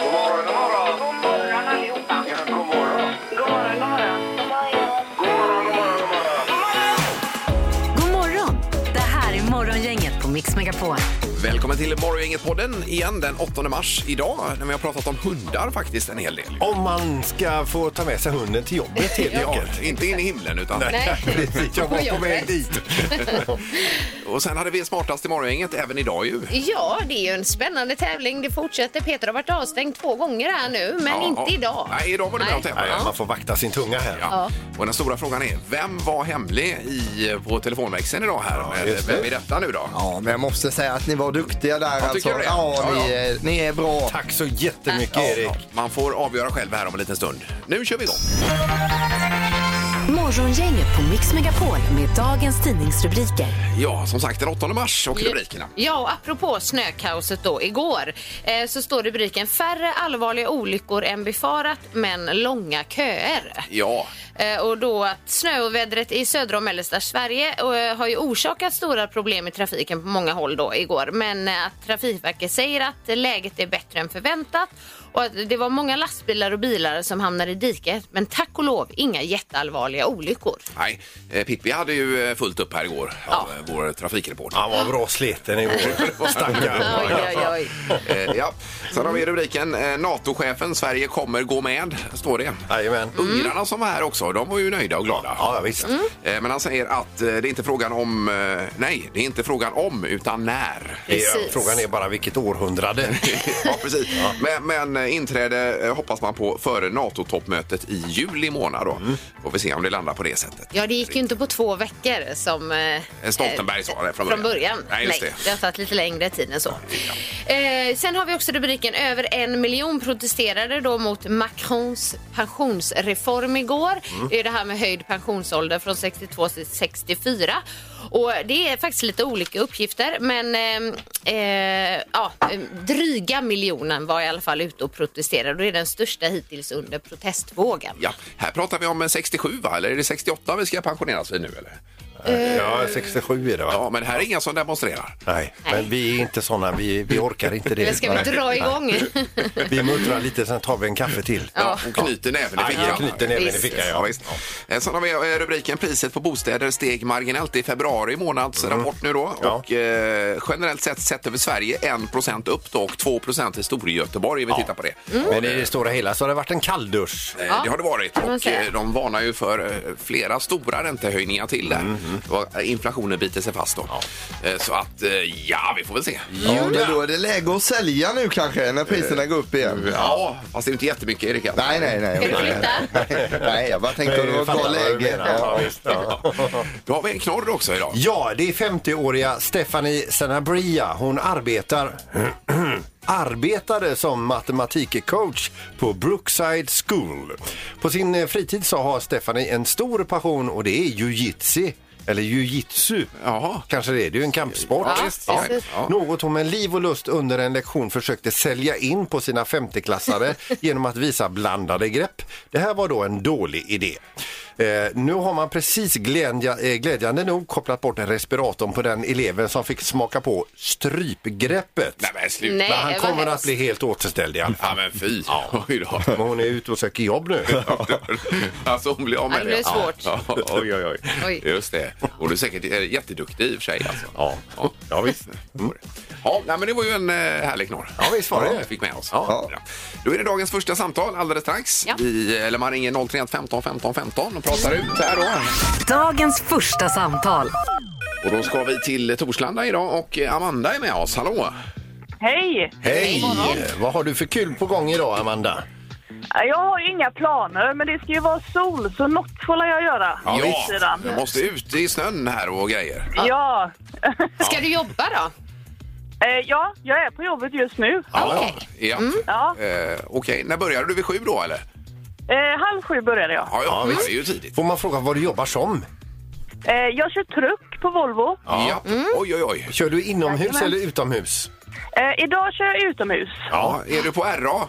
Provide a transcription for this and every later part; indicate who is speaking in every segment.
Speaker 1: God morgon, god morgon.
Speaker 2: God morgon allihopa.
Speaker 1: Ja, god morgon.
Speaker 2: God morgon, god morgon.
Speaker 1: God morgon, god morgon, god morgon.
Speaker 3: God morgon! Det här är Morgongänget på Mix Megapol.
Speaker 4: Välkommen till Morgongänget-podden igen den 8 mars idag när vi har pratat om hundar faktiskt en hel del.
Speaker 5: Om man ska få ta med sig hunden till jobbet helt enkelt.
Speaker 4: inte in i himlen utan...
Speaker 6: Nej.
Speaker 5: Precis, jag var på väg dit.
Speaker 4: Och sen hade vi smartast i Morgongänget även idag ju.
Speaker 6: Ja, det är ju en spännande tävling. Det fortsätter. Peter har varit avstängd två gånger här nu, men
Speaker 4: Ja.
Speaker 6: inte idag.
Speaker 4: Nej, idag var det bra
Speaker 6: Nej.
Speaker 4: tävling.
Speaker 5: Nej, man får vakta sin tunga här.
Speaker 4: Ja. Och den stora frågan är, vem var hemlig i, på telefonväxeln idag här? med,
Speaker 5: just det.
Speaker 4: vem är detta nu då?
Speaker 7: Ja, men jag måste säga att ni var duktiga där alltså.
Speaker 4: tycker du det?
Speaker 7: Ja,
Speaker 4: Ja,
Speaker 7: ni,
Speaker 4: ja.
Speaker 7: är- ni är bra.
Speaker 5: Tack så jättemycket
Speaker 4: Ja,
Speaker 5: Erik.
Speaker 4: man får avgöra själv här om en liten stund. Nu kör vi igång!
Speaker 3: Morgongänget på Mix Megapol med dagens tidningsrubriker.
Speaker 4: Ja, som sagt den 8 mars och rubrikerna.
Speaker 6: Ja, och apropå snökaoset då igår eh, så står rubriken Färre allvarliga olyckor än befarat, men långa köer.
Speaker 4: Ja,
Speaker 6: Eh, Och då att snöovädret i södra och mellersta Sverige eh, har ju orsakat stora problem i trafiken på många håll då igår. Men eh, att Trafikverket säger att eh, läget är bättre än förväntat och att det var många lastbilar och bilar som hamnade i diket. Men tack och lov inga jätteallvarliga olyckor.
Speaker 4: nej. eh, Pippi hade ju eh, fullt upp här igår, av eh, vår trafikreporter.
Speaker 5: Han var bra sliten
Speaker 6: Mm.
Speaker 5: igår.
Speaker 6: Oj,
Speaker 5: Stackarn.
Speaker 6: oj, oj.
Speaker 4: Eh, ja. Sen har vi rubriken eh, NATO-chefen Sverige kommer gå med, står
Speaker 6: Mm.
Speaker 4: det.
Speaker 5: Jajamän.
Speaker 4: Ungrarna som var här också, de var ju nöjda och glada.
Speaker 5: Ja, visst.
Speaker 6: Mm.
Speaker 4: Eh, Men han säger att eh, det är inte frågan om, eh, nej, det är inte frågan om, utan när.
Speaker 5: Det är-
Speaker 6: Precis.
Speaker 5: Frågan är bara vilket århundrade.
Speaker 4: ja, precis. Men, men eh, inträde eh, hoppas man på före NATO-toppmötet i juli månad. Då.
Speaker 6: Mm.
Speaker 4: Får vi se om det landar på det sättet.
Speaker 6: Ja, det gick ju inte på två veckor som... eh,
Speaker 4: Stoltenberg
Speaker 6: eh,
Speaker 4: sa det från
Speaker 6: Från
Speaker 4: början.
Speaker 6: början.
Speaker 4: Nej, just det.
Speaker 6: har tagit lite längre tid än så. Eh, sen har vi också rubriken över en miljon protesterade då mot Macrons pensionsreform igår.
Speaker 4: Mm.
Speaker 6: Det är det här med höjd pensionsålder från 62 till 64. Och det är faktiskt lite olika uppgifter men eh, eh, ja, eh, dryga miljonen var i alla fall ute och protesterade. Det är den största hittills under protestvågen.
Speaker 4: Ja, här pratar vi om eh, 67 va? Eller är det 68 vi ska pensioneras vid nu eller?
Speaker 6: Eh.
Speaker 5: Ja, 67 är det va?
Speaker 4: Ja, men här är inga som demonstrerar.
Speaker 5: Nej, men vi är inte sådana. Vi, vi orkar inte det.
Speaker 6: Men ska vi dra igång?
Speaker 5: Vi muttrar lite, sen tar vi en kaffe till.
Speaker 4: Ja, och knyter näven i
Speaker 5: Nej,
Speaker 4: fickan.
Speaker 5: jag knyter näven i
Speaker 6: Visst.
Speaker 5: fickan,
Speaker 4: Ja,
Speaker 5: ja.
Speaker 4: visst. Eh, Sen har vi eh, rubriken Priset på bostäder steg marginellt i februari månads rapport nu då.
Speaker 5: Ja.
Speaker 4: Och eh, generellt sett sett över Sverige 1 upp då och 2 i Storgöteborg om vi tittar på det.
Speaker 6: Mm.
Speaker 5: Men i det stora hela så har det varit en kalldusch.
Speaker 4: Eh, Det har det varit
Speaker 6: man
Speaker 4: och
Speaker 6: säga.
Speaker 4: eh, de varnar ju för eh, flera stora räntehöjningar till där. Och, eh, Inflationen biter sig fast då. Eh, Så att eh, ja, vi får väl se.
Speaker 7: Ja, men då är det läge att sälja nu kanske när priserna går upp igen.
Speaker 4: Ja, fast det är ju inte jättemycket Erik. alltså.
Speaker 7: Nej, nej, nej.
Speaker 6: Ska du flytta?
Speaker 7: Nej, jag bara tänkte om det var ett bra
Speaker 5: Fattar vad du
Speaker 7: läge.
Speaker 5: menar.
Speaker 7: Ja.
Speaker 5: Ja, visst, ja.
Speaker 4: Då har vi en knorr också idag.
Speaker 5: Ja, det är 50-åriga Stephanie Sanabria. Hon arbetar arbetade som matematikcoach på Brookside School. På sin eh, fritid så har Stephanie en stor passion och det är jujitsu. Eller jujitsu.
Speaker 4: Jaha.
Speaker 5: Kanske det är. Det är ju en kampsport.
Speaker 6: Ja, visst, precis.
Speaker 5: Något hon med liv och lust under en lektion försökte sälja in på sina 50-klassare genom att visa blandade grepp. Det här var då en dålig idé. Eh, nu har man precis glädja, eh, glädjande nog kopplat bort respiratorn på den eleven som fick smaka på strypgreppet.
Speaker 4: Nej, men sluta.
Speaker 6: Nej.
Speaker 5: Men han
Speaker 6: vad
Speaker 5: kommer att
Speaker 6: hemskt.
Speaker 5: bli helt återställd i alla
Speaker 4: Ja,
Speaker 5: fall.
Speaker 4: men fy. Oj då.
Speaker 5: Men hon är ute och söker jobb nu.
Speaker 4: Alltså hon blir av med
Speaker 6: Ja, det blir svårt.
Speaker 4: Ja, oj, oj, oj,
Speaker 6: Oj.
Speaker 4: Just det. Och du är säkert eh, jätteduktig i och för sig. Alltså. Mm.
Speaker 5: Ja. ja, visst.
Speaker 4: Ja, nej, men det var ju en eh, härlig knorr.
Speaker 5: Ja, visst var det.
Speaker 4: Ja, vi fick med oss. Ja. Då är det dagens första samtal alldeles strax.
Speaker 6: Ja.
Speaker 4: Vi, eller man ringer 031 15 15 15 och pratar ut här då.
Speaker 3: Dagens första samtal.
Speaker 4: Och då ska vi till Torslanda idag och eh, Amanda är med oss. Hallå!
Speaker 8: Hej!
Speaker 5: Hej! Vad har du för kul på gång idag, Amanda?
Speaker 8: Jag har ju inga planer, men det ska ju vara sol, så något får jag göra. på sidan.
Speaker 4: jag måste ut i snön här och grejer.
Speaker 8: Ja.
Speaker 6: Ska du jobba då?
Speaker 8: Eh, ja, jag är på jobbet just nu.
Speaker 4: Ja, ja.
Speaker 8: Ja.
Speaker 4: Eh, Okej, när började du? Vid sju då eller?
Speaker 8: Eh, halv sju började jag.
Speaker 4: Ja, ja, det är ju tidigt.
Speaker 5: Får man fråga vad du jobbar som?
Speaker 8: Eh, jag kör truck på Volvo.
Speaker 4: Ja. Oj, oj, oj.
Speaker 5: Kör du inomhus eller utomhus?
Speaker 8: Eh, idag kör jag utomhus.
Speaker 4: Ja. Är du på RA?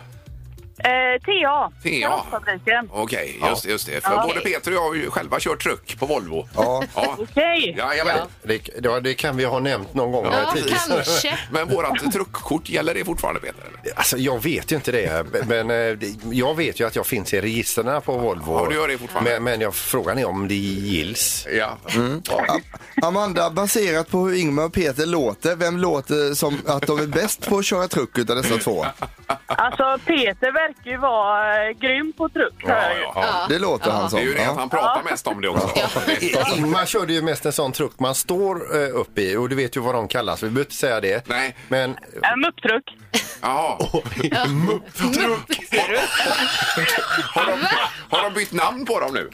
Speaker 8: Eh, TA.
Speaker 4: TA.
Speaker 8: Karossfabriken.
Speaker 4: Okej, just, just det. För
Speaker 8: Ja.
Speaker 4: både Peter och jag har ju själva kört truck på Volvo.
Speaker 7: Ja.
Speaker 4: Ja.
Speaker 8: Okej.
Speaker 4: Jajamän.
Speaker 5: Det, ja, det kan vi ha nämnt någon gång här
Speaker 6: Ja,
Speaker 5: tidigare.
Speaker 6: kanske.
Speaker 4: Men vårat truckkort, gäller det fortfarande Peter? Eller?
Speaker 5: Alltså, jag vet ju inte det, men eh, det- jag vet ju att jag finns i registren på Volvo.
Speaker 4: Ja, du gör det fortfarande.
Speaker 5: Men, men jag, frågan är om det gills.
Speaker 4: Mm. Ja.
Speaker 7: A- Amanda, baserat på hur Ingmar och Peter låter, vem låter som att de är bäst på att köra truck utav dessa två?
Speaker 8: Alltså, Peter verkar ju vara eh, grym på truck.
Speaker 4: Ja,
Speaker 8: hör jag ju.
Speaker 4: ja, ja.
Speaker 7: Det låter han
Speaker 4: Det
Speaker 7: som.
Speaker 4: är ju det att
Speaker 7: Ja.
Speaker 4: han pratar mest om det också.
Speaker 5: Ingmar körde ju mest en sån truck man står eh, upp i och du vet ju vad de kallas. Vi behöver inte säga det.
Speaker 4: Nej.
Speaker 5: Men
Speaker 8: En mupptruck.
Speaker 4: Jaha. Mupptruck! Har de, har de bytt namn på dem nu?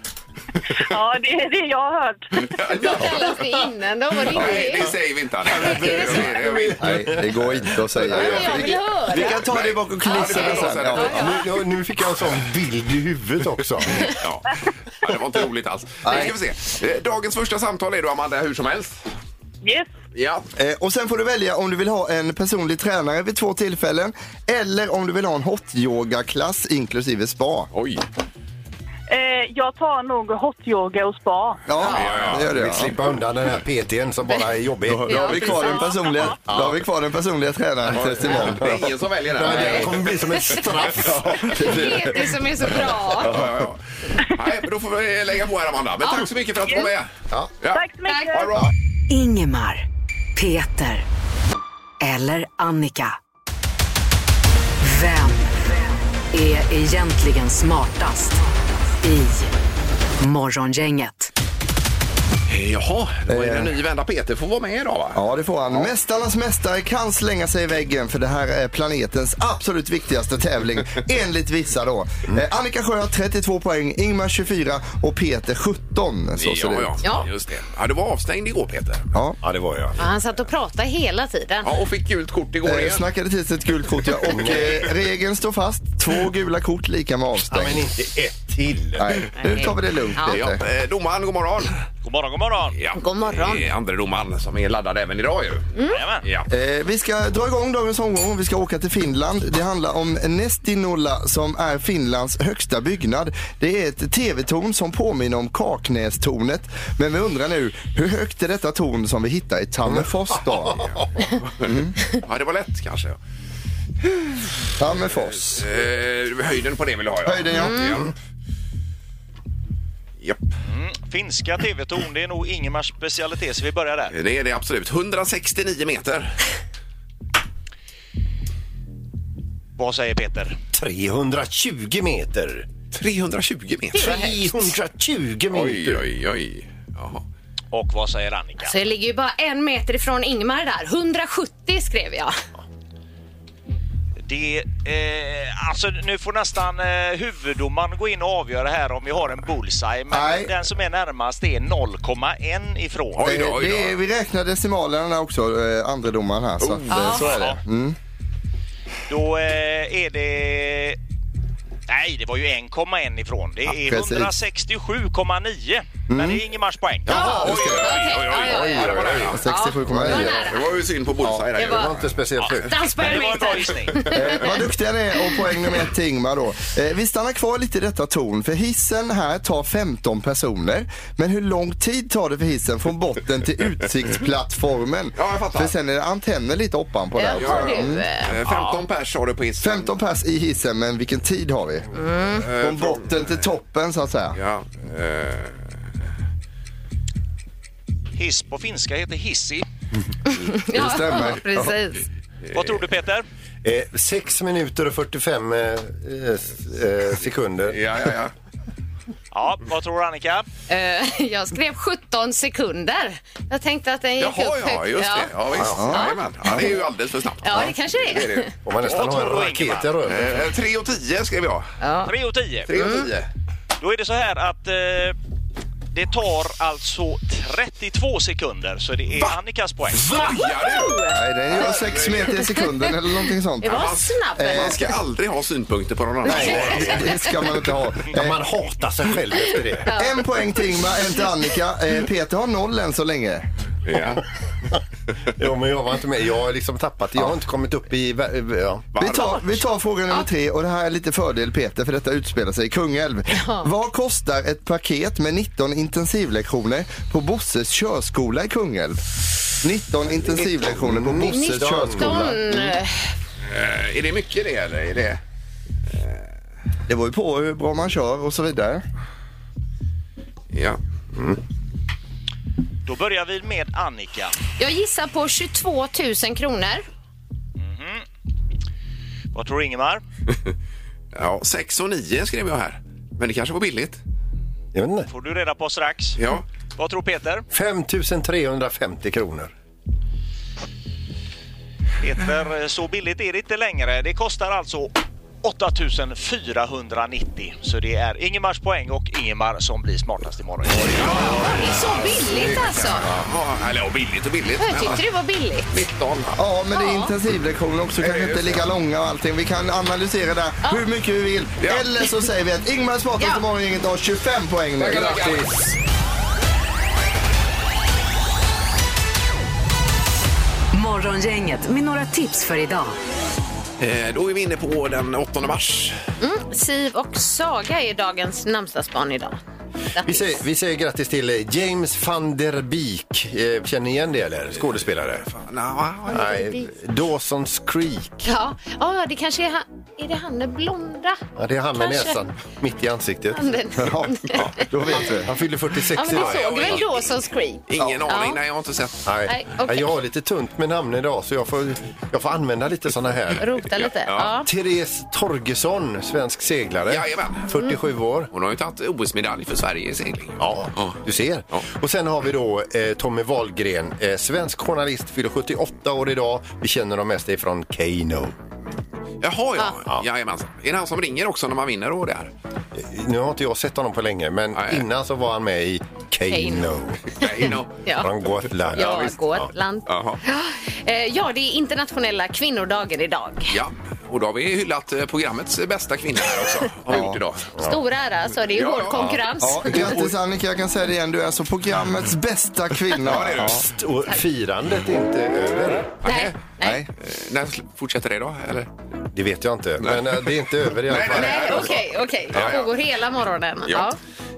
Speaker 8: Ja, det är det jag har hört.
Speaker 4: Ja.
Speaker 6: Kallas det innan då? Vad
Speaker 4: Nej,
Speaker 6: det
Speaker 4: det
Speaker 6: är?
Speaker 4: säger vi inte. Anna. Det säger vi inte.
Speaker 7: Nej, det går inte att säga.
Speaker 6: Jag vill
Speaker 7: Vi
Speaker 6: höra.
Speaker 7: kan ta det bakom
Speaker 4: Ja, det
Speaker 7: kulisserna
Speaker 4: kan vi ta
Speaker 7: sen.
Speaker 4: sen.
Speaker 7: Ja.
Speaker 5: nu, nu, nu fick jag en sån bild i huvudet också.
Speaker 4: Ja. Ja, det var inte roligt alls. Nu ska vi se. Eh, Dagens första samtal är då Amanda hur som helst.
Speaker 8: Yes.
Speaker 4: Ja.
Speaker 7: Eh, Och sen får du välja om du vill ha en personlig tränare vid två tillfällen eller om du vill ha en hot-yoga-klass inklusive spa.
Speaker 4: Oj.
Speaker 8: Eh, jag tar nog hotyoga och spa.
Speaker 7: Ja,
Speaker 4: ja.
Speaker 7: det gör
Speaker 5: Vi
Speaker 7: det. Ja.
Speaker 5: slippa undan den här PTn som bara är jobbig.
Speaker 7: Då har vi kvar den personliga, då har vi kvar den personliga tränaren tills imorgon.
Speaker 4: Det är ingen som väljer den.
Speaker 5: Nej,
Speaker 4: Nej.
Speaker 5: Det kommer bli som ett straff.
Speaker 6: Peter som är så bra.
Speaker 4: Ja, ja, ja. Nej, men då får vi lägga på här Amanda. Men tack så mycket för att du var med.
Speaker 5: Ja.
Speaker 4: Ja.
Speaker 8: Tack så mycket.
Speaker 4: Ha det bra.
Speaker 3: Ingemar, Peter eller Annika. Vem är egentligen smartast i Morgongänget?
Speaker 4: Eh, Jaha, då är det en ny vända. Peter får vara med idag va?
Speaker 7: Eh. Ja, det får han. Mästarnas mästare kan slänga sig i väggen för det här är planetens absolut viktigaste tävling, enligt vissa då. Eh, Annika Sjö har 32 poäng, Ingmar 24 och Peter 17. Så ser det
Speaker 4: ja,
Speaker 7: ut.
Speaker 4: ja.
Speaker 6: Ja.
Speaker 4: Just det. Ja, du var avstängd igår Peter.
Speaker 7: Ja.
Speaker 5: ja, det var jag.
Speaker 6: Ja, Han satt och pratade hela tiden.
Speaker 4: Ja, oh, och fick gult kort igår
Speaker 7: Eh,
Speaker 4: igen.
Speaker 7: snackade till sig ett gult kort ja. och eh, regeln står fast. Två gula kort lika med
Speaker 5: Ja,
Speaker 7: avstängd.
Speaker 5: men inte ett till.
Speaker 7: Nej, nu tar vi det lugnt
Speaker 6: Ja.
Speaker 4: Ja,
Speaker 7: Peter.
Speaker 4: eh, domaren, god morgon.
Speaker 9: God morgon, god morgon.
Speaker 4: Ja,
Speaker 6: God morgon.
Speaker 4: Det är andre domaren som är laddad även idag ju.
Speaker 9: Jajamän.
Speaker 4: Ja.
Speaker 7: Eh, vi ska dra igång dagens omgång. Vi ska åka till Finland. Det handlar om Nestinola som är Finlands högsta byggnad. Det är ett tv-torn som påminner om Kaknästornet. Men vi undrar nu, hur högt är detta torn som vi hittar i Tammerfors då?
Speaker 4: ja, det var lätt kanske.
Speaker 7: Tammerfors.
Speaker 4: Eh, höjden på det vill du ha ja.
Speaker 7: Höjden, ja.
Speaker 4: ja. Japp,
Speaker 9: Finska TV-torn, det är nog Ingemars specialitet, så vi börjar där.
Speaker 4: det är det absolut. 169 meter.
Speaker 9: Vad säger Peter?
Speaker 5: 320 meter.
Speaker 4: 320 meter.
Speaker 5: 320
Speaker 4: Oj,
Speaker 5: meter.
Speaker 4: oj, oj. Jaha.
Speaker 9: Och vad säger Annika?
Speaker 6: Så jag ligger ju bara en meter ifrån Ingmar där. 170 skrev jag.
Speaker 9: Det, eh, alltså, nu får nästan eh, huvuddomaren gå in och avgöra här om vi har en bullseye, men
Speaker 7: Nej.
Speaker 9: den som är närmast är 0,1 ifrån.
Speaker 4: Oj då,
Speaker 7: Eh,
Speaker 4: oj
Speaker 7: det är,
Speaker 4: då.
Speaker 7: vi räknar decimalerna där också, eh, andre domaren här. Så, att, eh, så är det. Mm.
Speaker 9: Då eh, är det... Nej, det var ju 1,1 ifrån. Det är
Speaker 7: precis. Mm.
Speaker 9: 167,9. Men det är Ingemars poäng.
Speaker 6: Oj, okej.
Speaker 4: oj, oj,
Speaker 6: Ja, ja, ja.
Speaker 4: Det var nära.
Speaker 7: 67,9.
Speaker 4: Det var ju synd på bullseye där
Speaker 6: Det
Speaker 4: ju.
Speaker 5: Det var
Speaker 6: var
Speaker 5: inte speciellt högt.
Speaker 6: attans på
Speaker 9: Men
Speaker 6: en
Speaker 9: det var en bra
Speaker 6: meter.
Speaker 9: gissning.
Speaker 7: Eh, vad duktiga ni är och poäng nummer ett till Ingmar då. Eh, vi stannar kvar lite i detta torn för hissen här tar 15 personer. Men hur lång tid tar det för hissen från botten till utsiktsplattformen?
Speaker 4: Ja, jag fattar.
Speaker 7: För sen är det antenner lite oppan på där också.
Speaker 6: Ja, du.
Speaker 4: Eh, 15 pers har du på hissen.
Speaker 7: 15 pers i hissen men vilken tid har vi?
Speaker 6: Mm.
Speaker 7: Från botten till toppen så att säga.
Speaker 4: Eh, Ja. Eh,
Speaker 9: Hiss på finska heter hissi.
Speaker 6: Ja,
Speaker 7: stämmer.
Speaker 6: Precis.
Speaker 9: Vad tror du Peter?
Speaker 5: Eh, 6 minuter och 45 eh, eh, s- eh, sekunder.
Speaker 4: ja, ja, ja.
Speaker 9: Ja, vad tror Annika?
Speaker 6: Eh, Jag skrev 17 sekunder. Jag tänkte att den gick
Speaker 4: Jaha,
Speaker 6: upp
Speaker 4: ja,
Speaker 6: högt.
Speaker 4: just det. Ja, visst.
Speaker 7: Ja.
Speaker 4: Jajamän. Ja, det är ju alldeles för snabbt.
Speaker 6: Ja, det kanske det är.
Speaker 4: Det är det.
Speaker 5: Om man nästan
Speaker 9: Vad
Speaker 5: har en
Speaker 9: tror du,
Speaker 5: raket i
Speaker 9: Ingemar?
Speaker 5: röven.
Speaker 4: Eh, 3 och 10 skrev jag.
Speaker 6: Ja.
Speaker 9: 3 och 10.
Speaker 4: 3 och 10.
Speaker 9: Då är det så här att eh, det tar alltså 32 sekunder, så det är Annikas poäng.
Speaker 4: Skojar du?
Speaker 7: Nej, den gör 6 meter i sekunden eller någonting sånt.
Speaker 6: Det var snabbt.
Speaker 7: Eh,
Speaker 4: Man ska aldrig ha synpunkter på någon annan.
Speaker 7: Nej, det ska man inte ha.
Speaker 5: Ja, man hatar sig själv efter det.
Speaker 7: En poäng till Ingmar, en till Annika. Eh, Peter har noll än så länge.
Speaker 4: Ja.
Speaker 5: Jo, men jag var inte med. Jag har liksom tappat det. Jag har inte kommit upp i... vä- Ja.
Speaker 7: Vi tar, vi tar fråga nummer tre och det här är lite fördel Peter för detta utspelar sig i Kungälv. Vad kostar ett paket med 19 intensivlektioner på Bosses körskola i Kungälv? 19 intensivlektioner på Bosses
Speaker 5: 19.
Speaker 7: körskola.
Speaker 6: Mm.
Speaker 4: Eh, Är det mycket det eller? Är det...
Speaker 7: Det var ju på hur bra man kör och så vidare.
Speaker 4: Ja.
Speaker 9: Då börjar vi med Annika.
Speaker 6: Jag gissar på 22 000 kronor.
Speaker 9: Vad tror Ingemar?
Speaker 4: ja. 6 och 9 skrev jag här. Men det kanske var billigt.
Speaker 5: Jag vet inte.
Speaker 9: Får du reda på strax.
Speaker 4: Ja.
Speaker 9: Vad tror Peter?
Speaker 5: 5 350 kronor.
Speaker 9: Peter, eh, så billigt är det inte längre. Det kostar alltså 8490. Så det är Ingemars poäng och Ingemar som blir smartast imorgon.
Speaker 6: Det är så billigt alltså.
Speaker 4: Jaha, eller ja, billigt och billigt.
Speaker 6: Jag tyckte det var billigt.
Speaker 4: 19.
Speaker 7: Ja, men det är intensivlektioner också. Kanske inte
Speaker 4: just
Speaker 7: lika långa och allting. Vi kan analysera det här hur mycket vi vill.
Speaker 4: Ja.
Speaker 7: Eller så säger vi att Ingmar är smartast
Speaker 6: Ja.
Speaker 7: i morgongänget har 25 poäng nu.
Speaker 4: Grattis!
Speaker 3: Morgongänget med några tips för idag.
Speaker 4: Eh, Då är vi inne på den 8 mars.
Speaker 6: Siv och Saga är dagens namnsdagsbarn idag.
Speaker 5: Vi säger, vi säger grattis till eh, James van der Beek. Eh, Känner ni igen det eller? Skådespelare? Nej, Dawson's Creek.
Speaker 6: Ja, ah, det kanske är han. Är det han den blonda?
Speaker 5: Ja, det är han med
Speaker 6: Kanske.
Speaker 5: näsan mitt i ansiktet.
Speaker 6: Den-
Speaker 7: Ja, då vet vi.
Speaker 5: Han fyller 46
Speaker 6: Ja, men
Speaker 5: idag.
Speaker 6: du såg väl Dawson's Creek?
Speaker 4: Ingen aning.
Speaker 6: Ja.
Speaker 4: Nej, jag har inte sett.
Speaker 5: Nej.
Speaker 6: Nej, okej.
Speaker 5: Nej, Jag har lite tunt med namn idag så jag får, jag får använda lite såna här.
Speaker 6: Rota lite. Ja.
Speaker 5: Therese Torgesson, svensk seglare.
Speaker 4: Jajamän.
Speaker 5: 47
Speaker 6: Mm.
Speaker 5: år.
Speaker 4: Hon har ju tagit OS-medalj för Sverige i segling.
Speaker 5: Ja, du ser.
Speaker 4: Ja.
Speaker 5: Och sen har vi då eh, Tommy Wahlgren, eh, svensk journalist, fyller 78 år idag. Vi känner dem mest ifrån Keno.
Speaker 4: Jaha, ja. Jajamensan. Är det han som ringer också när man vinner och det här?
Speaker 5: Eh, Nu har inte jag sett honom på länge, men
Speaker 4: Nej.
Speaker 5: innan så var han med i Keno.
Speaker 6: Kano.
Speaker 4: Nej, no.
Speaker 6: Ja.
Speaker 5: Från Gotland.
Speaker 6: Ja,
Speaker 5: visst.
Speaker 6: Gotland.
Speaker 4: Jaha.
Speaker 6: Eh, Ja, det är internationella kvinnodagen idag.
Speaker 4: Ja, och då har vi hyllat eh, programmets bästa kvinna här också. Har vi gjort idag.
Speaker 6: Stor ära, så det är
Speaker 4: Ja,
Speaker 6: hård
Speaker 4: ja.
Speaker 6: konkurrens.
Speaker 7: Ja, grattis Annika, jag kan säga det igen. Du är alltså programmets bästa kvinna.
Speaker 4: Ja.
Speaker 5: Psst, Och firandet är inte över.
Speaker 6: Nej, nej.
Speaker 7: Nej.
Speaker 4: Eh, När sl- fortsätter det då? Eller?
Speaker 5: Det vet jag inte, men eh, det är inte över i alla fall.
Speaker 6: Nej, Eh, okej, okej.
Speaker 4: Ja, ja.
Speaker 6: Det pågår hela morgonen. Ja.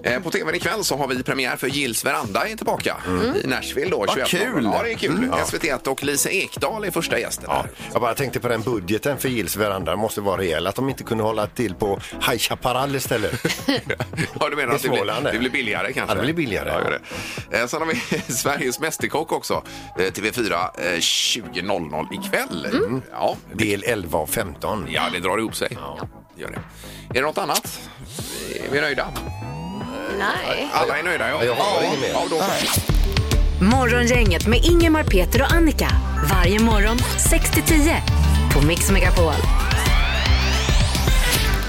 Speaker 4: Eh, På tvn ikväll så har vi premiär för Gills veranda är tillbaka
Speaker 5: Mm.
Speaker 4: i Nashville då. 21.
Speaker 7: kul!
Speaker 4: Ja, det är kul. SVT1 och Lisa Ekdahl är första gästen.
Speaker 5: Ja, jag bara tänkte på den budgeten för Gills veranda måste vara rejäl. Att de inte kunde hålla till på High Chaparral istället.
Speaker 4: Ja, du menar
Speaker 5: I
Speaker 4: att det blir,
Speaker 5: Småland, det.
Speaker 4: det blir billigare kanske?
Speaker 5: Ja, det blir billigare.
Speaker 4: Ja, gör det. Eh, Sen har vi Sveriges Mästerkock också, eh, TV4, eh, 20.00 ikväll.
Speaker 5: Mm.
Speaker 4: Ja,
Speaker 5: Del 11 av 15.
Speaker 4: ja, det drar ihop sig. Gör det. Är det något annat? Är vi nöjda?
Speaker 6: Nej.
Speaker 4: Alla är nöjda, ja.
Speaker 5: Jag har inget mer.
Speaker 4: Ja, då-
Speaker 3: Morgongänget med Ingemar, Peter och Annika. Varje morgon 6 till 10 på Mix Megapol.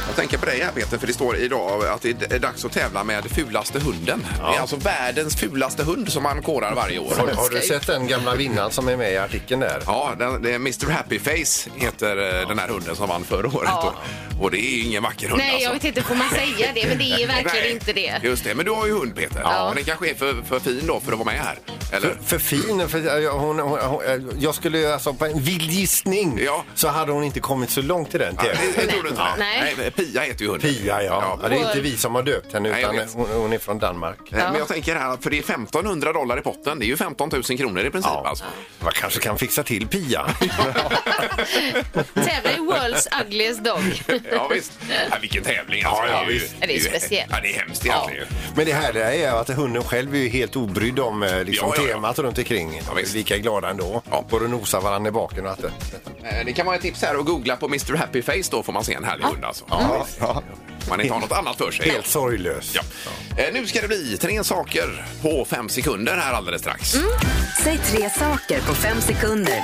Speaker 4: Jag tänker på dig här Peter, för det står idag att det är dags att tävla med fulaste hunden. Det är alltså världens fulaste hund som man korar varje år.
Speaker 5: Har, har du sett den gamla vinnaren som är med i artikeln där?
Speaker 4: Ja, den, det är Mr Happy Face heter eh, den här hunden som vann förra året.
Speaker 6: Ja.
Speaker 4: Och, och det är ingen vacker hund
Speaker 6: Nej,
Speaker 4: alltså.
Speaker 6: jag vet inte. Får man säga det? Men det är verkligen
Speaker 4: Nej,
Speaker 6: inte det.
Speaker 4: Just det, men du har ju hund Peter.
Speaker 6: Ja.
Speaker 4: Men den kanske är för, för fin då för att vara med här. Eller?
Speaker 5: För fin? För eh, hon, hon, hon, eh, jag skulle ju alltså på en vild gissning
Speaker 4: Ja.
Speaker 5: så hade hon inte kommit så långt i den
Speaker 4: Ja, det, det
Speaker 5: tävlingen.
Speaker 4: tror du inte?
Speaker 6: Ja. Nej.
Speaker 4: Pia heter ju hunden.
Speaker 5: Pia, ja. ja. Det är inte vi som har döpt henne
Speaker 4: Nej, jag
Speaker 5: utan
Speaker 4: vet.
Speaker 5: hon, hon är från Danmark.
Speaker 4: Eh, Men jag tänker här, att för det är 1500 dollar i potten. Det är ju 15 000 kronor i princip. Alltså.
Speaker 5: Man kanske kan fixa till Pia.
Speaker 6: Tävla i World's Ugliest Dog.
Speaker 4: Ja, visst. Ja, vilken tävling alltså.
Speaker 5: Ja, ja,
Speaker 4: det är ju,
Speaker 5: visst.
Speaker 6: Det är
Speaker 4: ju-
Speaker 6: speciellt.
Speaker 4: Ja, det är hemskt egentligen. Ja.
Speaker 5: Men det härliga är att hunden själv är ju helt obrydd om eh, liksom,
Speaker 4: Ja, ja, ja.
Speaker 5: temat runt omkring.
Speaker 4: Ja, visst.
Speaker 5: Lika glada ändå.
Speaker 4: Ja.
Speaker 5: Både nosa varandra i baken och allt det.
Speaker 4: Eh, Det kan vara ett tips här att googla på Mr Happy Face då får man se en härlig hund alltså.
Speaker 7: Ja.
Speaker 4: Man inte har något annat för sig.
Speaker 5: Helt sorglös.
Speaker 4: Ja. Eh, Nu ska det bli tre saker på fem sekunder här alldeles strax.
Speaker 3: Säg tre saker på fem sekunder.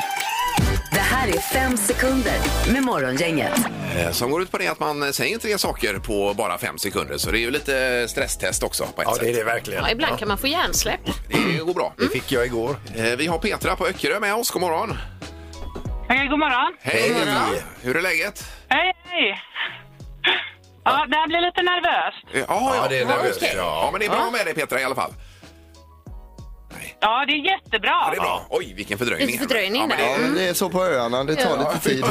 Speaker 3: Det här är fem sekunder med Morgongänget.
Speaker 4: Eh, Som går ut på det att man säger tre saker på bara fem sekunder. Så det är ju lite stresstest också på ett
Speaker 5: Ja,
Speaker 4: sätt.
Speaker 5: det är det verkligen.
Speaker 6: Ja, ibland kan man få hjärnsläpp.
Speaker 4: Det går bra.
Speaker 5: Det Mm. fick jag igår.
Speaker 4: Eh, Vi har Petra på Öckerö med oss. God morgon.
Speaker 8: Hej, god morgon.
Speaker 4: Hej Petra! Hur är läget?
Speaker 8: Hej, hej. Ja, det här blir lite nervöst.
Speaker 4: Eh, Ja, ja,
Speaker 5: det är nervöst,
Speaker 4: okej.
Speaker 5: ja.
Speaker 4: Ja, men det är bra med dig Petra i alla fall. Nej.
Speaker 2: Ja, det är jättebra.
Speaker 4: Ja, det är bra. Oj, vilken fördröjning.
Speaker 6: Lite fördröjning Mm.
Speaker 4: Ja, men
Speaker 7: Ja, men det är så på öarna. Det tar lite tid.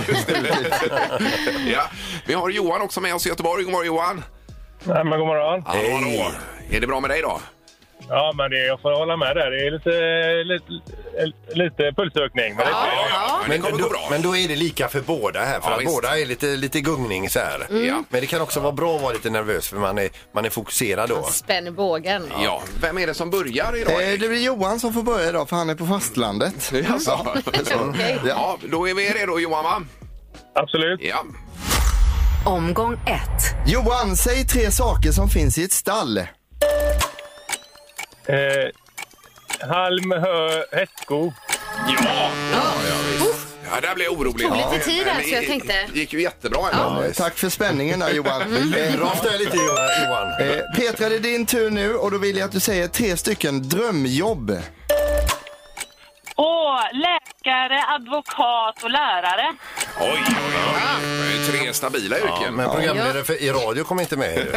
Speaker 4: det- ja. Vi har Johan också med oss i Göteborg. God morgon Johan!
Speaker 10: Nej, men god morgon.
Speaker 4: Hallå, hallå. Är det bra med dig då?
Speaker 10: Ja, men det, jag får hålla med där. Det är lite, lite, lite pulsökning. Men det,
Speaker 4: Ja, ja. Men det kommer
Speaker 5: Men
Speaker 4: gå
Speaker 5: då,
Speaker 4: bra.
Speaker 5: men då är det lika för båda här, för
Speaker 4: Ja,
Speaker 5: att
Speaker 4: visst.
Speaker 5: båda är lite, lite gungning så här.
Speaker 4: Ja.
Speaker 5: Men det kan också vara bra att vara lite nervös för man är, man är fokuserad då.
Speaker 6: Spänn bågen.
Speaker 4: Ja, vem är det som börjar
Speaker 7: Eh,
Speaker 4: idag?
Speaker 7: Det blir Johan som får börja idag för han är på fastlandet.
Speaker 4: Jaså?
Speaker 6: Okej.
Speaker 4: Ja, då är vi redo Johan va?
Speaker 10: absolut.
Speaker 4: Ja.
Speaker 3: Omgång ett.
Speaker 7: Johan, säg tre saker som finns i ett stall.
Speaker 10: Eh, halm, hö, hästsko.
Speaker 4: Ja! Ja, där blev jag orolig.
Speaker 6: Tog lite
Speaker 4: Ja,
Speaker 6: tid
Speaker 4: men
Speaker 6: där, så jag
Speaker 4: det
Speaker 6: tänkte-
Speaker 4: gick ju jättebra ändå.
Speaker 7: Eh, Tack för spänningen där Johan. Eh,
Speaker 5: Rakt där lite Johan. Johan.
Speaker 7: eh, Petra, det är din tur nu och då vill jag att du säger tre stycken drömjobb.
Speaker 2: Åh, läkare, advokat och lärare.
Speaker 4: Oj, oj, oj. Det är Tre stabila yrken.
Speaker 5: Men programledare för, i radio kom inte med. ju.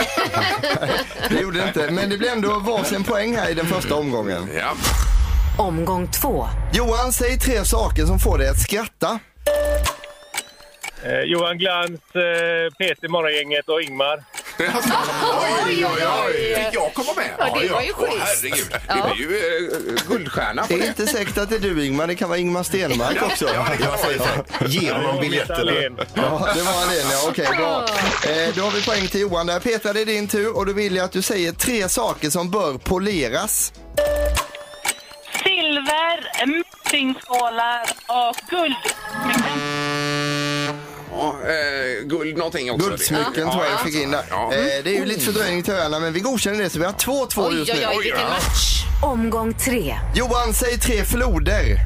Speaker 7: Det gjorde det inte, men det blir ändå varsin poäng här i den första omgången.
Speaker 4: Ja.
Speaker 3: Omgång två.
Speaker 7: Johan, säg tre saker som får dig att skratta.
Speaker 10: Eh, Johan Glans, eh, Peter Morgongänget och Ingmar.
Speaker 4: Alltså, oj, oj, oj!
Speaker 6: oj.
Speaker 4: Fick jag komma med?
Speaker 6: Ja, det var ju
Speaker 4: Åh,
Speaker 6: schysst.
Speaker 4: herregud. Det blir ju eh, guldstjärna på
Speaker 7: Det är
Speaker 4: det.
Speaker 7: inte säkert att det är du Ingmar, det kan vara Ingmar Stenmark också.
Speaker 5: Jag säger så här, ge honom biljetter.
Speaker 10: Dahlén.
Speaker 7: Ja, det var det. Ja, okej, bra. Eh, då har vi poäng till Johan där. Petra, det är din tur och då vill jag att du säger tre saker som bör poleras.
Speaker 2: Silver, mättingsskålar och guld.
Speaker 4: Ja, eh, guld någonting också.
Speaker 7: Guldsmycken
Speaker 4: Ja,
Speaker 7: tror jag jag
Speaker 4: ja,
Speaker 7: fick in där.
Speaker 4: ja.
Speaker 7: Eh, det är ju lite fördröjning till öarna, men vi godkänner det så vi har 2-2
Speaker 6: Oj,
Speaker 7: just
Speaker 6: oj,
Speaker 7: nu.
Speaker 6: oj, vilken match.
Speaker 3: Omgång tre.
Speaker 7: Johan, säg tre floder.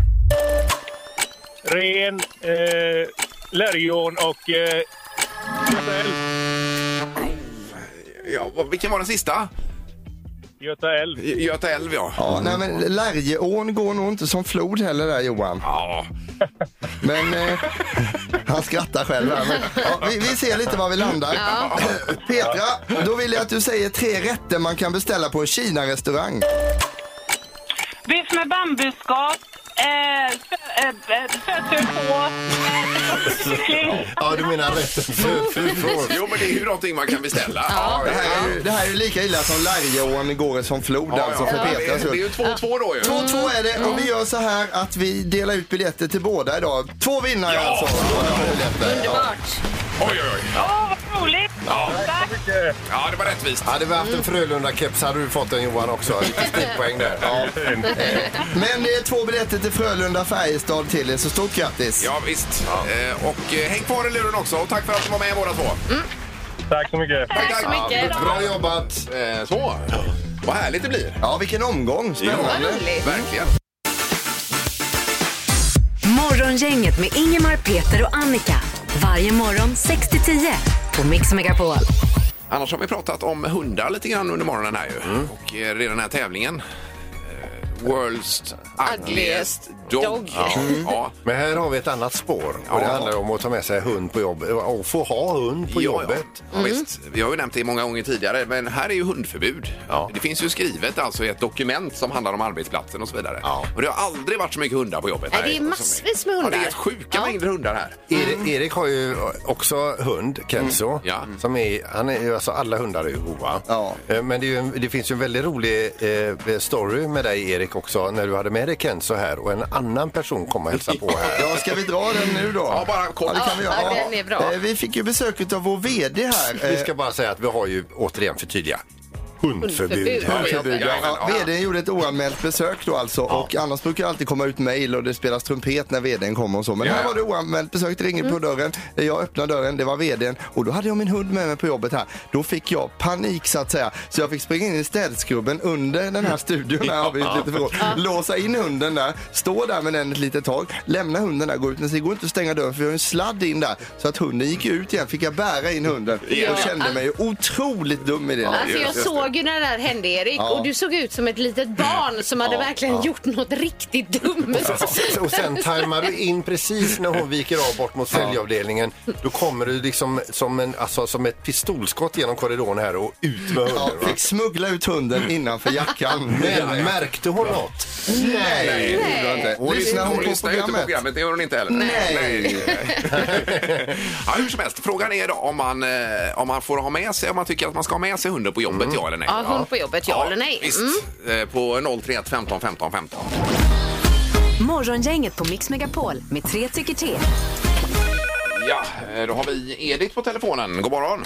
Speaker 10: Ren, eh, Lärjon och... Eh, Göta
Speaker 4: Ja, vad- vilken var den sista?
Speaker 10: älv.
Speaker 4: Gö- Göta älv, ja.
Speaker 7: Ja, nej, men Lärjeån går nog inte som flod heller där Johan.
Speaker 4: Ja,
Speaker 7: Men eh, han skrattar själv här. Men, ja, vi, vi ser lite var vi landar. Petra, då vill jag att du säger tre rätter man kan beställa på en Kina-restaurang.
Speaker 2: Biff med bambuskap. Eh, fö- eh, eh, Sötfur på. kyckling.
Speaker 5: Ja, du menar rätten för, för, för.
Speaker 4: Jo, men det är ju någonting man kan beställa. Ja,
Speaker 7: Det här, är ju, det här är ju lika illa som Lärjeån går som flod alltså för
Speaker 4: Det
Speaker 7: Petras
Speaker 4: är det är
Speaker 7: skull.
Speaker 4: ju 2-2 då ju.
Speaker 7: 2-2 är det och vi gör så här att vi delar ut biljetter till båda idag. Två vinnare alltså. Båda har biljetter. Ja.
Speaker 4: Oj, oj, oj.
Speaker 2: Åh, vad roligt. Tack.
Speaker 4: Ja, det var rättvist.
Speaker 5: Hade vi haft en Frölunda-keps hade du fått en Johan också. Lite stilpoäng där. Ja.
Speaker 7: Men det är två biljetter till Frölunda Färjestad till er, så stort grattis.
Speaker 4: Ja, visst. Eh, och eh, häng kvar i luren också. Och tack för att du var med båda två.
Speaker 10: Tack så mycket.
Speaker 6: Tack så mycket.
Speaker 5: Bra jobbat!
Speaker 4: Eh, så. Vad härligt det blir.
Speaker 7: Ja, vilken omgång.
Speaker 6: Vad
Speaker 7: Spännande.
Speaker 6: roligt.
Speaker 4: Verkligen.
Speaker 3: Morgongänget med Ingemar, Peter och Annika. Varje morgon 6 till 10 på Mix Megapol.
Speaker 4: Annars har vi pratat om hundar lite grann under morgonen här ju. Och eh, det är den här tävlingen. Eh, World's ugliest
Speaker 6: Ugliest
Speaker 4: dog.
Speaker 6: dog.
Speaker 4: Ja, ja.
Speaker 5: Men här har vi ett annat spår och det
Speaker 4: Ja.
Speaker 5: handlar om att ta med sig hund på jobbet och få ha hund på
Speaker 4: Ja,
Speaker 5: jobbet.
Speaker 4: Ja,
Speaker 6: Mm.
Speaker 4: ja, visst. Vi har ju nämnt det många gånger tidigare, men här är ju hundförbud.
Speaker 5: Ja.
Speaker 4: Det finns ju skrivet alltså i ett dokument som handlar om arbetsplatsen och så vidare.
Speaker 5: Ja.
Speaker 4: Och det har aldrig varit så mycket hundar på jobbet.
Speaker 6: Nej, det är massvis med hundar.
Speaker 4: Ja, det är sjuka
Speaker 6: Ja.
Speaker 4: mängder hundar här.
Speaker 5: Erik, Erik har ju också hund, Kenzo.
Speaker 4: Ja.
Speaker 5: Som är, han är, ju- alltså alla hundar är ju goa.
Speaker 7: Ja.
Speaker 5: Eh, Men det, är ju en, det finns ju en väldigt rolig eh, story med dig Erik också när du hade med dig Kenzo här och en annan person kom och hälsade på här.
Speaker 7: Ja, ska vi dra den nu då?
Speaker 4: Ja, bara kort.
Speaker 7: det kan vi göra.
Speaker 6: Ja, den är bra.
Speaker 7: Eh, Vi fick ju besök av vår VD här.
Speaker 5: Vi
Speaker 7: eh,
Speaker 5: ska bara säga att vi har ju återigen förtydliga hundförbud.
Speaker 6: Hundförbud.
Speaker 5: här.
Speaker 4: Hundförbud,
Speaker 7: Ja,
Speaker 4: ja.
Speaker 7: ja, vdn gjorde ett oanmält besök då alltså och annars brukar det alltid komma ut mejl och det spelas trumpet när vdn kommer och så. Men
Speaker 4: Ja,
Speaker 7: här
Speaker 4: ja.
Speaker 7: var det oanmält besök, det ringer på dörren, jag öppnar dörren, det var vdn och då hade jag min hund med mig på jobbet här. Då fick jag panik så att säga så jag fick springa in i städskrubben under den här studion här har vi ett litet förråd. Låsa in hunden där, stå där med den ett litet tag, lämna hunden där, gå ut. Men det går inte att stänga dörren för vi har en sladd in där så att hunden gick ut igen, fick jag bära in hunden
Speaker 4: Ja.
Speaker 7: och kände mig otroligt dum i det läget.
Speaker 6: Alltså, jag såg såg ju när det här hände Erik
Speaker 7: Ja.
Speaker 6: och du såg ut som ett litet barn som hade verkligen gjort något riktigt dumt.
Speaker 5: Och sen tajmar du in precis när hon viker av bort mot säljavdelningen. Då kommer du liksom som, en, alltså, som ett pistolskott genom korridoren här och ut med
Speaker 7: Ja,
Speaker 5: hunden. va?
Speaker 7: fick smuggla ut hunden innanför jackan.
Speaker 5: Men märkte hon något?
Speaker 7: Nej, det gjorde jag
Speaker 4: Hon
Speaker 7: inte. Lyssnar
Speaker 4: lyssnar,
Speaker 7: hon
Speaker 4: hon
Speaker 7: på
Speaker 4: lyssnar ju inte på programmet,
Speaker 7: programmet?
Speaker 4: det gör hon inte heller.
Speaker 7: Nej.
Speaker 4: ja, hur som helst, frågan är då om man, eh, om man får ha med sig, om man tycker att man ska ha med sig hunden på jobbet, ja eller nej?
Speaker 6: Mm. Ja, hund på jobbet, ja eller nej.
Speaker 4: Visst,
Speaker 6: Mm.
Speaker 4: Eh, på 031 15 15 15.
Speaker 3: Morgongänget på Mix Megapol med tre tycker till.
Speaker 4: Ja, eh, då har vi Edith på telefonen. God morgon!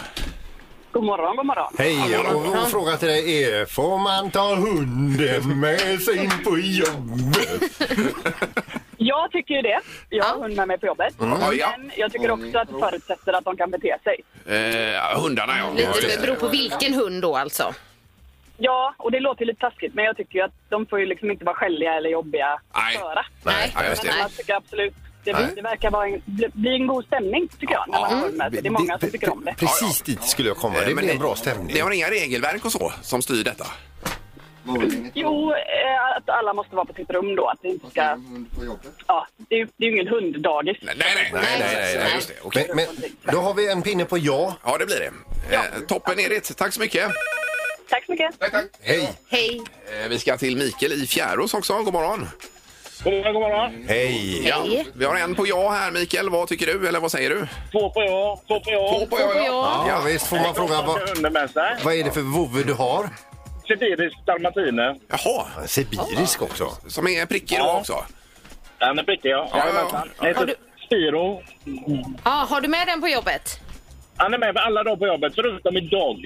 Speaker 2: God morgon, god morgon.
Speaker 5: Hej, och, och frågan till dig är, får man ta hunden med sig in på jobbet?
Speaker 8: Jag tycker ju det. Jag har hund med mig på jobbet.
Speaker 4: Mm. Ja, ja.
Speaker 8: Men jag tycker också att det förutsätter att de kan bete sig.
Speaker 4: Eh, hundarna, ja. Ja,
Speaker 6: Lite,
Speaker 4: just
Speaker 6: det
Speaker 4: det.
Speaker 6: beror på vilken hund då alltså.
Speaker 8: Ja, och det låter ju lite taskigt men jag tycker ju att de får ju liksom inte vara skälliga eller jobbiga
Speaker 4: Nej.
Speaker 8: att störa.
Speaker 4: Nej, ja, just det.
Speaker 8: Men jag tycker absolut det,
Speaker 4: Nej.
Speaker 8: det verkar vara en, bli- bli en god stämning, tycker jag, när man har hund med sig. Det är många som tycker om det.
Speaker 5: Precis dit skulle jag komma. Det
Speaker 4: Men
Speaker 5: blir en bra stämning.
Speaker 4: Ni har inga regelverk och så som styr detta?
Speaker 8: Jo, eh, att alla måste vara på sitt rum då. Att vi inte ska...
Speaker 7: Mm.
Speaker 8: Ja, det är ju det är ju ingen hunddagis.
Speaker 4: Nej, nej, nej, nej, nej, nej just det. Okej.
Speaker 5: Men, men då har vi en pinne på ja.
Speaker 4: Ja, det blir det. Eh, toppen, Edith. Tack så mycket.
Speaker 8: Tack så mycket.
Speaker 5: Hej!
Speaker 6: Hej.
Speaker 4: Eh, vi ska till Mikael i Fjärås också. God morgon.
Speaker 10: God morgon, god morgon.
Speaker 5: Hej!
Speaker 6: Hej.
Speaker 4: Vi har en på ja här, Mikael. Vad tycker du? Eller vad säger du?
Speaker 10: Två på ja, två på ja.
Speaker 4: på ja,
Speaker 6: Ja.
Speaker 5: Ja, visst får man fråga vad,
Speaker 10: hunden med sig.
Speaker 5: vad är det för vovve du har?
Speaker 10: Sibirisk dalmatiner.
Speaker 4: Jaha,
Speaker 5: Sibirisk också.
Speaker 4: som är prickig då
Speaker 10: Ja.
Speaker 4: också.
Speaker 10: Den är prickig, ja.
Speaker 4: ja, ja.
Speaker 10: Jajamensan. Den
Speaker 6: Har du-
Speaker 10: heter Spiro.
Speaker 6: Ja, har du med den på jobbet?
Speaker 10: Han är med alla dagar på jobbet, förutom idag.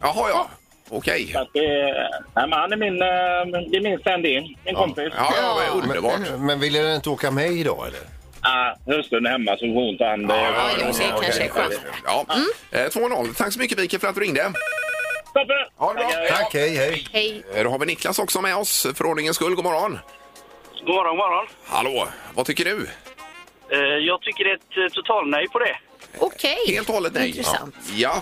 Speaker 4: Jaha, ja. Okej.
Speaker 10: Så
Speaker 4: Ja,
Speaker 10: att det, nej, men han är min, eh, det är min stand-in, min kompis. Ja.
Speaker 4: ja, men underbart.
Speaker 5: Men, men ville den inte åka med idag eller?
Speaker 10: Ah, hustrun är hemma så får hon ta hand om
Speaker 6: ja,
Speaker 10: det.
Speaker 6: jo, det kanske är skönt.
Speaker 4: Ja. Eh, 2-0. Tack så mycket, Mikael, för att du ringde.
Speaker 10: Toppen!
Speaker 4: Ha det bra.
Speaker 10: Tackar.
Speaker 5: Tack, hej, hej!
Speaker 6: Hej.
Speaker 4: Eh, Då har vi Niklas också med oss, för ordningens skull. God morgon.
Speaker 10: God morgon, god morgon.
Speaker 4: Hallå, vad tycker du?
Speaker 10: Eh, Jag tycker det är ett eh, totalnej på det.
Speaker 6: Okej.
Speaker 4: Helt och hållet nej.
Speaker 6: Intressant.
Speaker 4: Ja.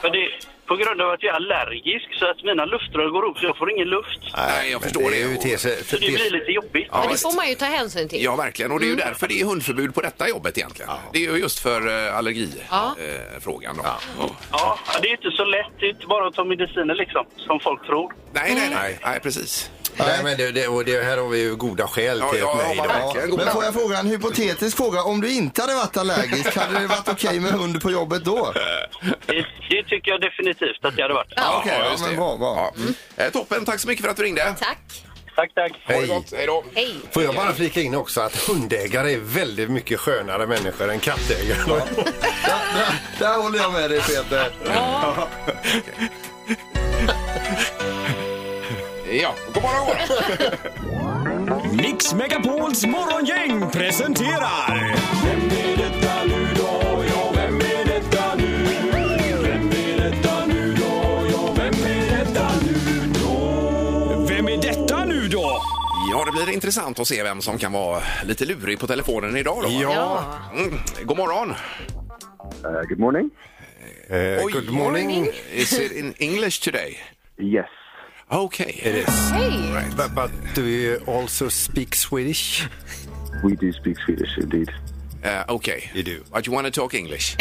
Speaker 10: För det på grund av att jag är allergisk så att mina luftrör går upp så jag får ingen luft.
Speaker 4: Nej, jag förstår
Speaker 5: Det
Speaker 4: det.
Speaker 5: är ju tese,
Speaker 10: Så det blir
Speaker 5: tese.
Speaker 10: lite jobbigt.
Speaker 6: Men det får man ju ta hänsyn till.
Speaker 4: Ja, verkligen. Och det är
Speaker 6: Mm.
Speaker 4: ju därför det är hundförbud på detta jobbet egentligen. Det är ju just för eh,
Speaker 6: Ja.
Speaker 4: allergifrågan. då. Ja.
Speaker 10: Ja, det är inte så lätt. Det är inte bara att ta mediciner liksom, som folk tror.
Speaker 4: Nej, nej, nej, nej, precis.
Speaker 5: Nej, men det, det, och det här har vi ju goda skäl
Speaker 4: Ja,
Speaker 5: till
Speaker 4: ja,
Speaker 5: ett nej
Speaker 4: ja,
Speaker 5: idag.
Speaker 7: Ja,
Speaker 4: Verkligen god
Speaker 7: men
Speaker 4: dag.
Speaker 7: får jag fråga en hypotetisk fråga? Om du inte hade varit allergisk, hade det varit okej med hund på jobbet då?
Speaker 10: Det, det tycker jag definitivt att jag hade varit.
Speaker 4: Ja,
Speaker 7: okej, ja,
Speaker 4: just
Speaker 7: men
Speaker 4: det.
Speaker 7: bra, bra.
Speaker 4: Ja. Eh, Toppen, tack så mycket för att du ringde.
Speaker 6: Tack.
Speaker 10: Tack, tack.
Speaker 4: Ha det
Speaker 5: Hej.
Speaker 4: gott. Hej då.
Speaker 6: Hej.
Speaker 5: Får jag bara flika in också att hundägare är väldigt mycket skönare människor än kattägare.
Speaker 7: Där, där, där håller jag med dig Peter.
Speaker 4: Ja, god morgon, god morgon.
Speaker 11: Mix Megapols morgongäng presenterar... Vem är detta nu då? Ja, vem är detta nu? Vem är detta nu då? Ja, vem är detta nu då? Vem är detta nu då?
Speaker 4: Ja, det blir intressant att se vem som kan vara lite lurig på telefonen idag. Då.
Speaker 5: Ja.
Speaker 4: Mm. God morgon.
Speaker 11: Uh, good morning.
Speaker 5: Eh, good morning.
Speaker 4: Is it in English today?
Speaker 11: Yes.
Speaker 4: Okay.
Speaker 6: Hej.
Speaker 5: But, but do you also speak Swedish?
Speaker 11: We do speak Swedish indeed.
Speaker 4: Uh, okay.
Speaker 5: You do.
Speaker 4: But you want to talk English?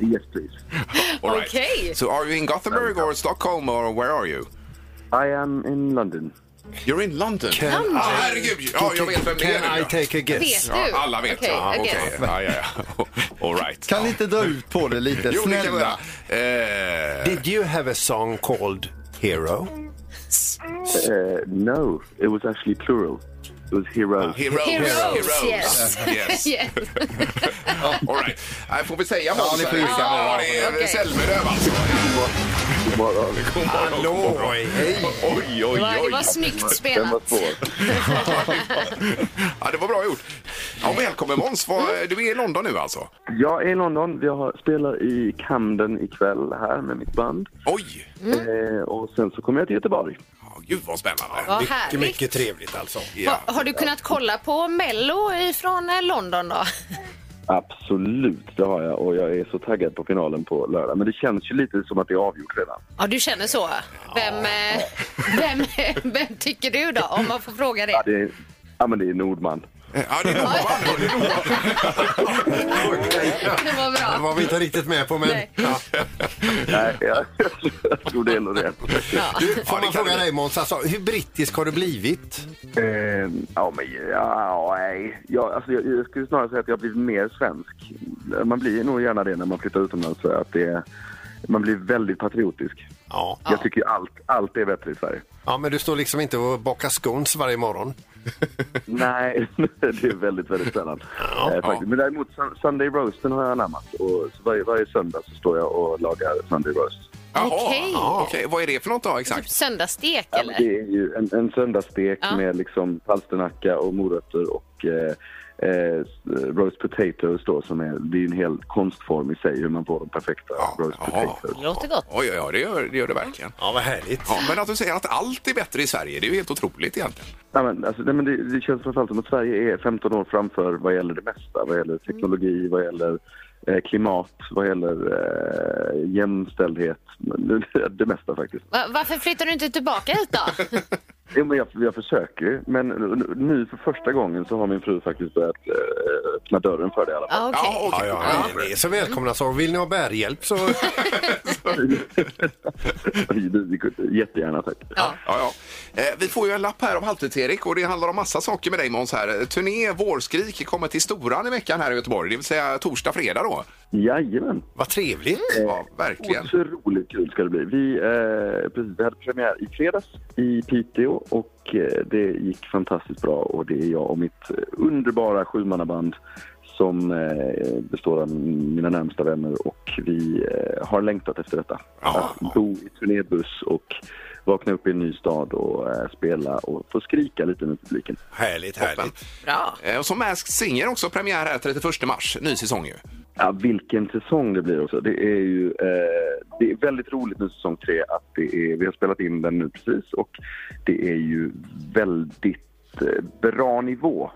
Speaker 11: Yes, please.
Speaker 4: All right.
Speaker 6: Okay.
Speaker 4: So are you in Gothenburg or Stockholm or where are you?
Speaker 11: I am in London.
Speaker 4: You're in London.
Speaker 5: Can,
Speaker 4: Ah, herregud! Ja, jag vet vem det är
Speaker 5: can
Speaker 4: nu.
Speaker 5: I
Speaker 4: då.
Speaker 5: take a guess?
Speaker 6: Vet
Speaker 4: Ja,
Speaker 6: du?
Speaker 4: alla vet.
Speaker 6: Okej,
Speaker 4: ja,
Speaker 6: jag
Speaker 4: okej.
Speaker 6: guess.
Speaker 4: Ja, ja, ja. All right.
Speaker 7: Kan ni inte dra ut på det lite?
Speaker 4: Jo, det kan vi
Speaker 7: Snälla.
Speaker 4: göra. Eh,
Speaker 5: Did you have a song called Hero?
Speaker 11: Uh, no, it was actually plural. It was heroes.
Speaker 4: Heroes.
Speaker 6: Heroes,
Speaker 4: Heroes.
Speaker 6: yes.
Speaker 4: yes.
Speaker 6: Yes.
Speaker 4: All right. Här får vi säga
Speaker 7: Ja, ni får yrka.
Speaker 4: Ja, det är
Speaker 6: Okej.
Speaker 4: Zelmerlöw alltså.
Speaker 11: Well, uh,
Speaker 4: God morgon.
Speaker 5: hej!
Speaker 4: Oj, oj,
Speaker 6: Det var, det var
Speaker 4: oj.
Speaker 6: snyggt
Speaker 11: Vem var
Speaker 6: spelat.
Speaker 11: svår?
Speaker 4: Ja, det var bra gjort. Ja, välkommen Måns. Vad- Du är i London nu alltså?
Speaker 11: Jag är i London. Jag har- spelar i Camden ikväll här med mitt band.
Speaker 4: Oj!
Speaker 11: Eh, och sen så kommer jag till Göteborg.
Speaker 4: Ja, Gud vad spännande.
Speaker 6: Vad härligt.
Speaker 5: Mycket trevligt alltså.
Speaker 4: Ja.
Speaker 6: Har, har du kunnat kolla på Mello ifrån eh, London då?
Speaker 12: Absolut, det har jag och jag är så taggad på finalen på lördag. Men det känns ju lite som att det är avgjort redan.
Speaker 6: Ja, du känner så. Vem, eh, vem, vem tycker du då, om man får fråga det?
Speaker 12: Ja, det är, ja men det är Nordman.
Speaker 4: Ja, det är
Speaker 6: Det var bra.
Speaker 5: var vi inte riktigt med på, men...
Speaker 6: Nej.
Speaker 5: Ja.
Speaker 12: Nej, jag, jag tror det är Loreen.
Speaker 5: Du, får man fråga dig, Måns, alltså, hur brittisk har du blivit?
Speaker 12: Eh, ja, men ja, nej. Jag, alltså, jag, jag skulle snarare säga att jag har blivit mer svensk. Man blir nog gärna det när man flyttar utomlands. För att det, är- man blir väldigt patriotisk.
Speaker 5: Ja.
Speaker 12: Jag tycker ju allt, allt är bättre i Sverige.
Speaker 5: Ja, men du står liksom inte och bakar scones varje morgon.
Speaker 12: Nej, det är väldigt, väldigt sällan. eh, faktiskt. Men däremot Sun- Sunday roasten har jag anammat. Och så varje, varje söndag så står jag och lagar Sunday roast.
Speaker 4: Jaha,
Speaker 6: Okej.
Speaker 4: ja, okej. Vad är det för något då exakt?
Speaker 6: Söndagsstek,
Speaker 12: Ja, men
Speaker 6: eller?
Speaker 12: det är ju en, en söndagsstek
Speaker 6: Ja.
Speaker 12: med liksom palsternacka och morötter och eh, eh, roast potatoes då som är, det är ju en hel konstform i sig hur man får de perfekta roast potatoes.
Speaker 6: Låter gott.
Speaker 4: Oj, oj, oj, det gör det, gör det verkligen.
Speaker 5: Ja, vad härligt.
Speaker 4: Ja, men att du säger att allt är bättre i Sverige, det är ju helt otroligt egentligen.
Speaker 12: Ja, men, alltså, nej, men det, det känns framförallt som att Sverige är 15 år framför vad gäller det mesta, vad gäller teknologi, vad gäller eh, klimat, vad gäller eh, jämställdhet, Men det- det mesta faktiskt.
Speaker 6: Va- Varför flyttar du inte tillbaka hit då?
Speaker 12: Jo, men jag, jag försöker ju. Men nu för första gången så har min fru faktiskt börjat eh, öppna dörren för det i alla fall.
Speaker 6: Ja, okej.
Speaker 4: Ja,
Speaker 5: Ja,
Speaker 4: okej.
Speaker 5: ja, ni är så välkomna så. Vill ni ha bärhjälp så...
Speaker 12: Jättegärna tack.
Speaker 6: Ja.
Speaker 4: Ja, ja. Eh, Vi får ju en lapp här av Halvtids-Erik och det handlar om massa saker med dig Måns här. Turné Vårskrik kommer till Storan i veckan här i Göteborg, det vill säga torsdag, fredag då.
Speaker 12: Jajamän.
Speaker 5: Vad trevligt.
Speaker 4: Ja, verkligen.
Speaker 12: Otroligt kul ska det bli. Vi, eh, precis, vi hade premiär i fredags i Piteå och eh, det gick fantastiskt bra och det är jag och mitt eh, underbara sjumannaband som eh, består av mina närmsta vänner och vi eh, har längtat efter detta.
Speaker 4: Ja.
Speaker 12: Att bo i turnébuss och vakna upp i en ny stad och eh, spela och få skrika lite med publiken.
Speaker 5: Härligt, härligt.
Speaker 6: Bra.
Speaker 4: Eh, Och så Masked Singer också, premiär här 31 mars, ny säsong ju.
Speaker 12: Ja, vilken säsong det blir också. Det är ju eh, det är väldigt roligt med säsong tre. Att det är, vi har spelat in den nu precis och det är ju väldigt eh, bra nivå.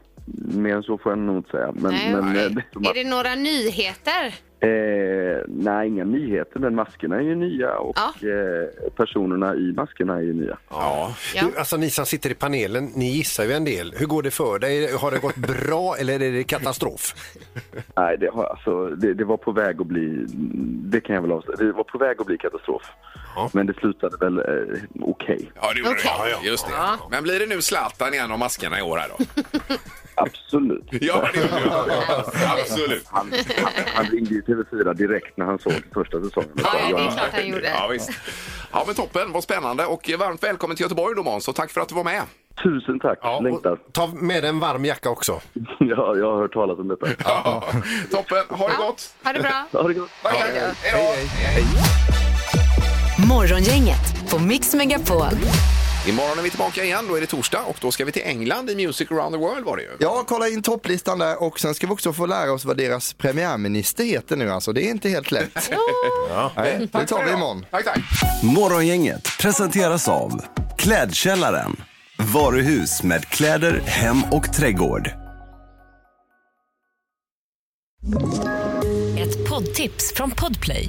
Speaker 12: Mer än så får jag nog inte säga. Men,
Speaker 6: Nej,
Speaker 12: men,
Speaker 6: okej.
Speaker 12: eh, det är som
Speaker 6: Är
Speaker 12: att-
Speaker 6: det några nyheter?
Speaker 12: eh, nej, inga nyheter, men maskerna är ju nya och eh, personerna i maskerna är ju nya.
Speaker 4: Ja.
Speaker 6: Ja.
Speaker 5: Du, alltså ni som sitter i panelen, ni gissar ju en del. Hur går det för dig? Har det gått bra eller är det katastrof?
Speaker 12: Nej, det, har, alltså, det, det var på väg att bli... Det kan jag väl avslöja. Det var på väg att bli katastrof. Men det slutade väl eh, okej.
Speaker 4: Ja, det gjorde
Speaker 6: Okej.
Speaker 4: det. Ja, Just det.
Speaker 6: Ja.
Speaker 4: Men blir det nu Zlatan igen och maskerna i år här då?
Speaker 12: Absolut.
Speaker 4: Ja, det gör det. Absolut.
Speaker 12: Han, han, han ringde ju TV4 direkt när han såg första säsongen.
Speaker 6: Ja, ja, det är klart han gjorde.
Speaker 4: Ja, visst. Ja, men toppen. Vad spännande. Och varmt välkommen till Göteborg då Måns och tack för att du var med.
Speaker 12: Tusen tack,
Speaker 5: och
Speaker 12: längtar.
Speaker 5: ta med en varm jacka också.
Speaker 12: Ja, jag har hört talas om detta.
Speaker 4: Ja. Toppen. Ha det gott.
Speaker 6: Ha det bra.
Speaker 12: Ha det gott.
Speaker 4: Tack, tack. Hej då.
Speaker 3: Morgongänget på Mix Megapol.
Speaker 4: Imorgon är vi tillbaka igen. Då är det torsdag och då ska vi till England i Music around the world var det ju.
Speaker 7: Ja, kolla in topplistan där och sen ska vi också få lära oss vad deras premiärminister heter nu alltså. Det är inte helt lätt. Nej, det tar vi imorgon.
Speaker 4: Tack, tack.
Speaker 11: Morgongänget presenteras av Klädkällaren. Varuhus med kläder, hem och trädgård.
Speaker 13: Ett poddtips från Podplay.